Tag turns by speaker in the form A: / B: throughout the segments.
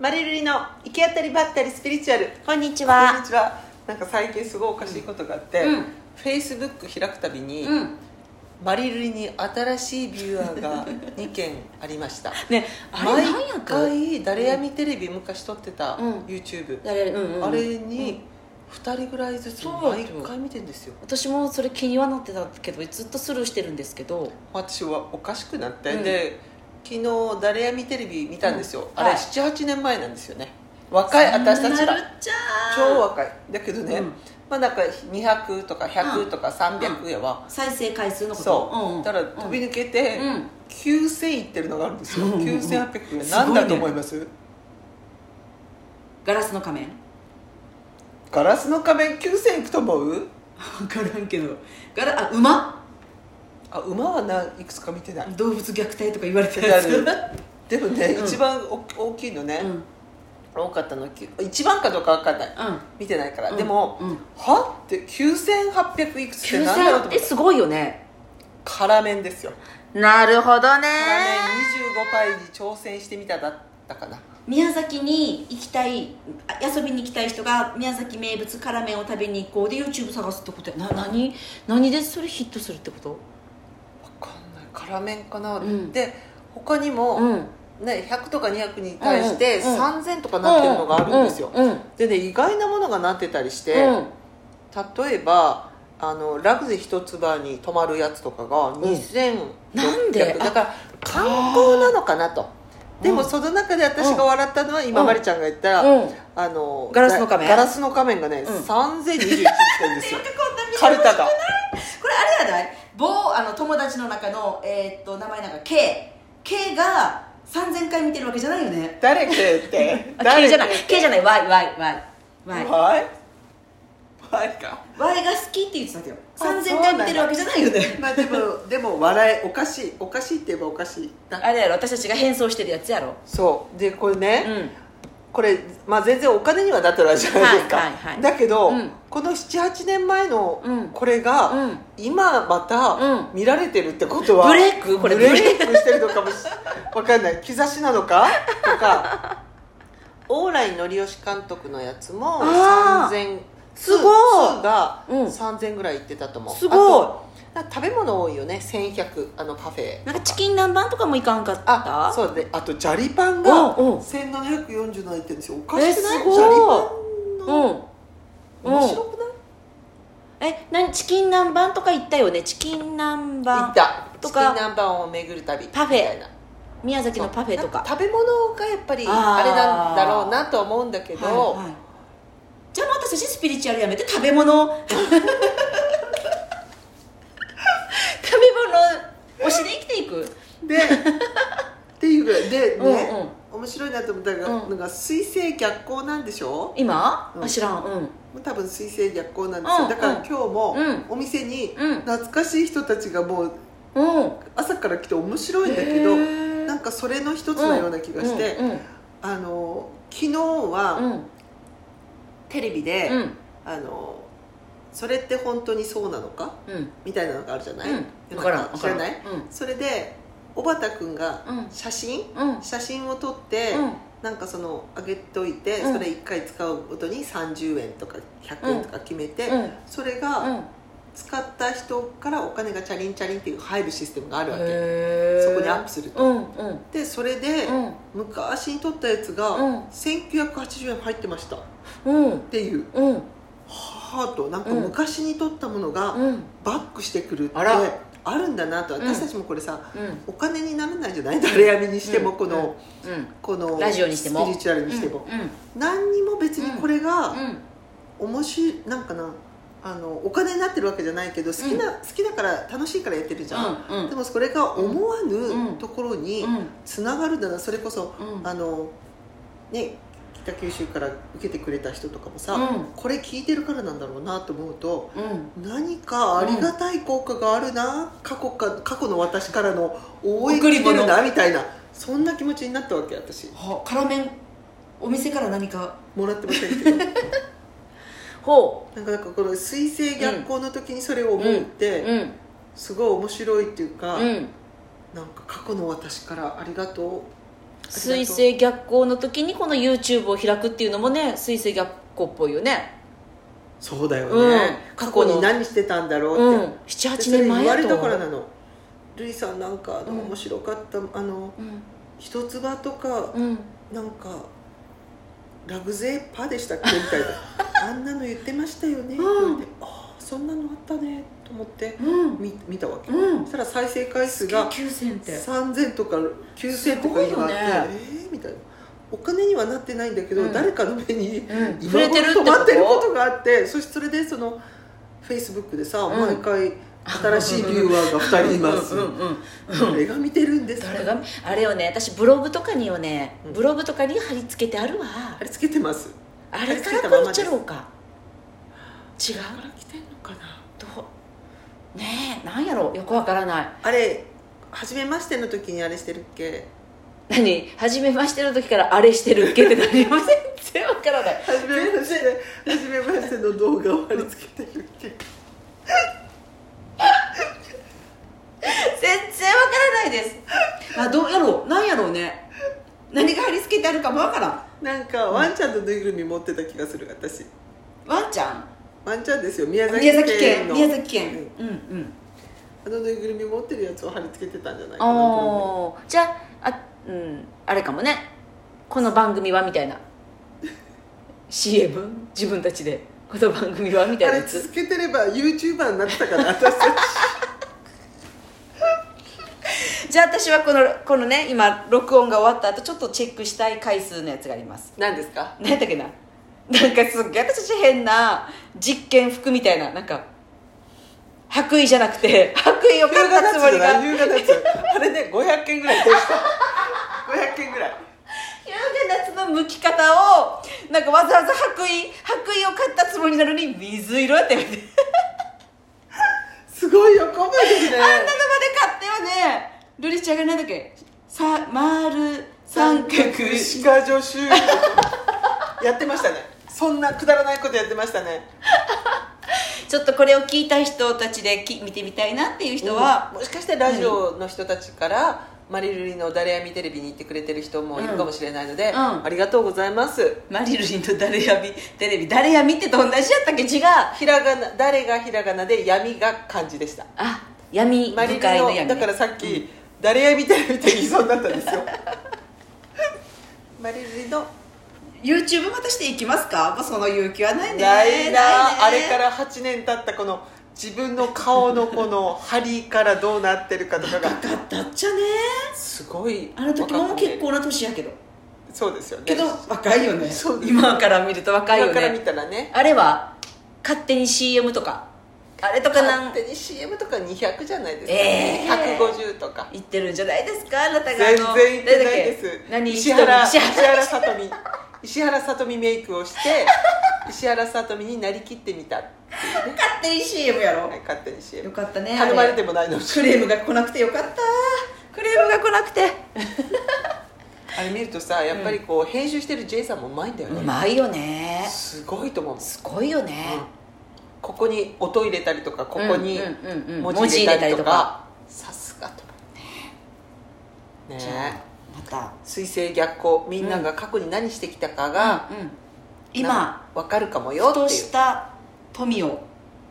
A: マリルリの行き当たりばったりスピリチュアル
B: こんにち
A: こん
B: は
A: に。ちはなんか最近すごいおかしいことがあって、
B: うん
A: フェイスブック開くたびに、
B: うん。
A: マリルリに新しいビューアー が2件ありました
B: ね、あれなんや
A: 毎
B: った
A: 回誰やみテレビ昔撮ってた
B: うん
A: YouTube、
B: 誰うんうん。
A: あれに2人ぐらいずつ
B: そう
A: 毎回見てんですよ
B: 私もそれ気にはなってたけど、ずっとスルーしてるんですけど。
A: 私はおかしくなって、
B: うん
A: で昨日誰やみテレビ見たんですよ、
B: うん
A: あれ
B: はい
A: 78年前なんですよね若い私たち
B: な
A: が
B: るちゃ
A: 超
B: ー。
A: 若いだけどね、
B: うん
A: まあなんか200とか100とか300やは、
B: 再生回数のこと。
A: そう、
B: ん
A: だから飛び抜けて、
B: うん
A: 9000いってるのがあるんですよ、
B: うんうんうん
A: 9800円
B: すごいね
A: 何だと思います
B: ガラスの仮面。
A: ガラスの仮面9000いくと思う
B: わからんけど。ガラ、あ、馬。
A: あ馬はないくつか見てない
B: 動物虐待とか言われてる
A: で
B: や
A: あ
B: つ。
A: るでもね、
B: うん
A: 一番お大きいのね、
B: うん。うん。
A: 多かったのき一番かどうか分かんない見てないから、
B: うん
A: でも、
B: うん
A: はって9800いくつっ
B: 九
A: て何だろうと
B: 千
A: 思っ
B: え
A: て
B: すごいよね。
A: 辛麺ですよ
B: なるほど
A: 辛
B: ね
A: 麺25杯に挑戦してみただったかな
B: 宮崎に行きたいあ遊びに行きたい人が宮崎名物辛麺を食べに行こうで YouTube 探すってことやな何何でそれヒットするってこと
A: 分かんない辛麺かな、
B: うん
A: で他に
B: う
A: も、
B: ん
A: ね、100とか200に対して
B: うんうんうん
A: 3000とかなってるのがあるんですよ、
B: うんうん
A: でね意外なものがなってたりして、
B: うん
A: 例えばあのラグジュ一つ葉に泊まるやつとかが2600、
B: なんで
A: だから観光なのかなと
B: ー
A: でも
B: うん
A: その中で私が笑ったのは、今まりちゃんが言った、
B: うん
A: あの
B: ガラスの仮面
A: ガラスの仮面がね、
B: うん
A: 3021って言ってるんですよ
B: こ
A: カ
B: れ
A: ルタが
B: あれやない某あの友達の中の、えーっと名前なんか KK が3000回見てるわけじゃないよね
A: 誰けって
B: あ K
A: 誰
B: じゃない K じゃ
A: ない
B: ない YYYY
A: わいわいか
B: Y が好きって言ってたけど
A: あそうなんだ
B: 3000回見てるわけじゃないよね
A: まあでもでも笑いおかしいおかしいって言えばおかしいな
B: あれやろ私たちが変装してるやつやろ
A: そうでこれね、
B: うん
A: これ、まあ、全然お金にはなってないじゃないですか、
B: はいはいはい
A: だけど、
B: うん
A: この78年前の
B: うん
A: これが、
B: うん
A: 今ま
B: うん
A: た見られてるってことは、
B: ブレイクこれ
A: ブレイクしてるのかもしわかんない兆しなのかとか 往来のりよし監督のやつも
B: あー
A: 3000
B: すごい
A: ツーが
B: うん
A: 3000ぐらいいってたと思う、
B: すごい
A: あとなんか食べ物多いよね1100あのパフェ
B: なんかチキン南蛮とかもいかんかった
A: あそうであとジャリパンが
B: うんうん
A: 1747円って言うんですよおかしくない
B: えす
A: ジ
B: ごい
A: ャリパンの
B: うん
A: 面白くない
B: えなチキン南蛮とか行ったよねチキン南
A: 行
B: 蛮
A: った
B: と
A: チ
B: か
A: キン南蛮を巡る旅
B: パフェ
A: みたいな
B: 宮崎のパフェと
A: なん
B: か
A: 食べ物がやっぱり
B: あー
A: あれなんだろうなと思うんだけど、
B: はいはいじゃあもう私たちスピリチュアルやめて食 べ物食べ物推しで生きていく
A: でっていうぐらいでね、
B: うん
A: 面白いなと思ったのが、
B: うん
A: なんか水星逆行なんでしょ
B: 今、
A: うん
B: あ知らんうん
A: もう多分水星逆行なんですよ、
B: うん
A: だから今日も
B: うん
A: お店に
B: うん
A: 懐かしい人たちがもう
B: うん
A: 朝から来て面白いんだけど、
B: へー
A: なんかそれの一つのような気がして、
B: うんうん
A: あの昨日
B: う
A: は
B: ん
A: テレビで、
B: うん
A: あのそれって本当にそうなのか
B: うん
A: みたいなのがあるじゃない、
B: うん
A: で
B: わからん
A: なん知らない、
B: わからんうん
A: それで小畑君が
B: うん
A: 写真、
B: うん
A: 写真を撮って、
B: うん
A: なんかそのあげといて、
B: うん
A: それ1回使うごとに30円とか100円とか決めて、
B: うん
A: それ
B: うん
A: が使った人からお金がチャリンチャリンっていう入るシステムがあるわけ
B: へ
A: そこにアップすると、
B: うんうん
A: でそれで、
B: うん
A: 昔に撮ったやつが、
B: うん
A: 1980円入ってましたっ
B: うん
A: ていう
B: うん
A: はあとなんか昔に撮ったものが
B: うん
A: バックしてくるって
B: あら
A: あるんだなと
B: ん
A: 私たちもこれさ、
B: うん
A: お金にならないじゃない誰やみにしても
B: うん
A: この、
B: うん
A: この
B: ラジオにしても
A: スピリチュアルにしても、
B: うんうん
A: 何にも別にこれ
B: う
A: が
B: ん
A: 面白いなんかなあのお金になってるわけじゃないけど好きな、好きだから楽しいからやってるじゃん、
B: うんうん
A: でもそれが思わ
B: うん
A: ぬところに
B: うん
A: つながるんだなそれこそ、
B: うん
A: あのね北九州から受けてくれた人とかもさ、
B: うん
A: これ聞いてるからなんだろうなと思うと
B: うん
A: 何かありがたい効果があるな、過去か過去の私からの応援が来てるなみたいなそんな気持ちになったわけ私
B: は辛麺お店から何か
A: もらってませんけ ど
B: ほ
A: なんかなんかこの水星逆行の時にそれを思うって、
B: うん
A: すごい面白いっていうか、
B: うん
A: なんか過去の私からありがと
B: 水星逆行の時にこの YouTube を開くっていうのもね水星逆行っぽいよね
A: そうだよね、
B: うん
A: 過去に何してたんだろ
B: う
A: うって、
B: ん78
A: でそれ
B: 年
A: 言
B: 前
A: わ
B: や
A: れ
B: と
A: たからなのルイさんなんかあの
B: うん
A: 面白かった、あの
B: うん
A: 一つ葉とか
B: うん
A: なんかラグゼーパーでしたっけみたい なあんなの言ってましたよね、
B: うん
A: ってああそんなのあったねと思って
B: うん
A: 見見たわけ、
B: うん
A: そしたら再生回数が
B: 9000って
A: 3000とか9000とか今あって、
B: すごいよね
A: えーみたいなお金にはなってないんだけど、
B: うん
A: 誰かの目に
B: うん
A: 今
B: 触れてるっ
A: 頃
B: てこ
A: 止まってることとがあってそしてそれでそのフェイスブックでさ、
B: うん
A: 毎回新しいビューワーが2人います
B: うんうんうん
A: 誰が見てるんですか
B: 誰があれよね私ブログとかによね
A: うん
B: ブログとかに貼り付けてあるわ
A: あれつけてます
B: あれからこっちゃろうか違う
A: ら来てんのかな
B: どうねえなんやろうよくわからない
A: あれ初めましての時にあれしてるっけ
B: 何初めましての時からあれしてるっけって何も全然わからない
A: 初めまして初めましての動画を貼り付けてるっけ
B: 全然わからないですあどうやろうなんやろうね何が貼り付けてあるかもわからん
A: なんかワンちゃんのぬいぐるみ持ってた気がする私
B: ワンちゃん
A: ワンちゃんですよ宮崎
B: 宮崎
A: 県
B: 県
A: の
B: 宮崎県うんうん
A: あのぬいぐるみ持ってるやつを貼り付けてたんじゃないかな
B: ああじゃああ,、うん、あれかもねこの番組はみたいな CM 自分たちでこの番組はみたい
A: あ
B: な
A: れ
B: やつ
A: 続けてれば YouTuber になってたから私たち
B: じゃあ私はこのこのね今録音が終わった後ちょっとチェックしたい回数のやつがあります
A: 何ですか
B: 何やったっけななんかすっげえ私たち変な実験服みたいななんか白衣じゃなくて白衣を
A: 優
B: 買
A: 雅
B: った
A: な
B: つもりが
A: 優雅なやつあれね500件ぐらいでした500件ぐらい
B: ゆうが夏の剥き方をなんかわざわざ白衣白衣を買ったつもりなのに水色やってみて
A: すごいよこまでね
B: あんなのまで買ってよねルリちゃんが何だっけさ丸三角
A: 歯科助手 やってましたねそんなくだらないことやってましたね
B: ちょっとこれを聞いた人たちでき見てみたいなっていう人は、
A: うんもしかしてラジオの人たちから、マリルリの「誰やみテレビ」に行ってくれてる人もいるかもしれないので、
B: うんうん
A: ありがとうございます
B: マリルリンと誰やみテレビ誰やみってと同じやったっけ違う
A: ひらがな誰がひらがなで闇が漢字でした
B: あ闇
A: マリ
B: 深
A: ル
B: い
A: リ
B: の
A: の
B: 闇
A: だからさっき、誰やみテレビって言いそうになったんです よマリルリの
B: YouTube またしていきますか、まあ、その勇気はないね
A: ないなあれからら8年経ったこの自分の顔のこ の張りからどうなってるかとかが
B: かったっちゃね
A: すごい
B: あの時も結構な年やけど
A: そうですよね
B: けど若いよね
A: そうです
B: 今から見ると若いよ
A: 今から見
B: ね
A: たらね
B: あれは勝手に CM とかあれとかなん
A: 勝手に CM とか200じゃないですか、
B: ええ
A: 150とか
B: 言ってるんじゃないですかあなた
A: 全
B: があの
A: 然いってないで
B: 何
A: す
B: だっけ
A: 石原
B: 何石
A: 石
B: 原
A: 原さとみ石原さとみメイクをして石原さとみになりきってみた、
B: 勝手に CM やろ
A: はい、勝手に
B: よ
A: CM
B: かったねあ
A: 頼まれてもないのに
B: クレームが来なくてよかったクレームが来なくて
A: あれ見るとさやっぱりこう、編集してる J さんもうまいんだよ
B: う
A: ね、
B: まいよね
A: すごいと思う
B: すごいよね、
A: ここに音入れたりとかここに
B: うんうんうんうん
A: 文字入れたりと
B: 文字入れたりと
A: か
B: か
A: さすがとね
B: じゃあ
A: ね
B: また
A: 水星逆行みんなが過去に何してきたかが、
B: うん今
A: 分かるかもよ
B: ふ
A: ってい
B: と
A: う
B: した富を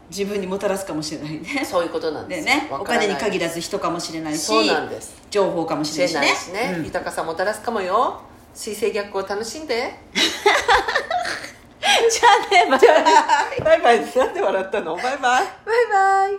B: 自分にもたらすかもしれないね
A: そういうことなんで
B: ですねお金に限
A: ら
B: らず人かもしれないし
A: そうなんです
B: 情報かもしれ
A: 知れ
B: な
A: ないい
B: し
A: し
B: ね
A: ね、
B: うん
A: 豊かさもたらすかもよ水星逆行を楽しんで
B: じゃあねまたバ
A: バ
B: イ
A: イバイなんで笑ったのバイバイ
B: バイ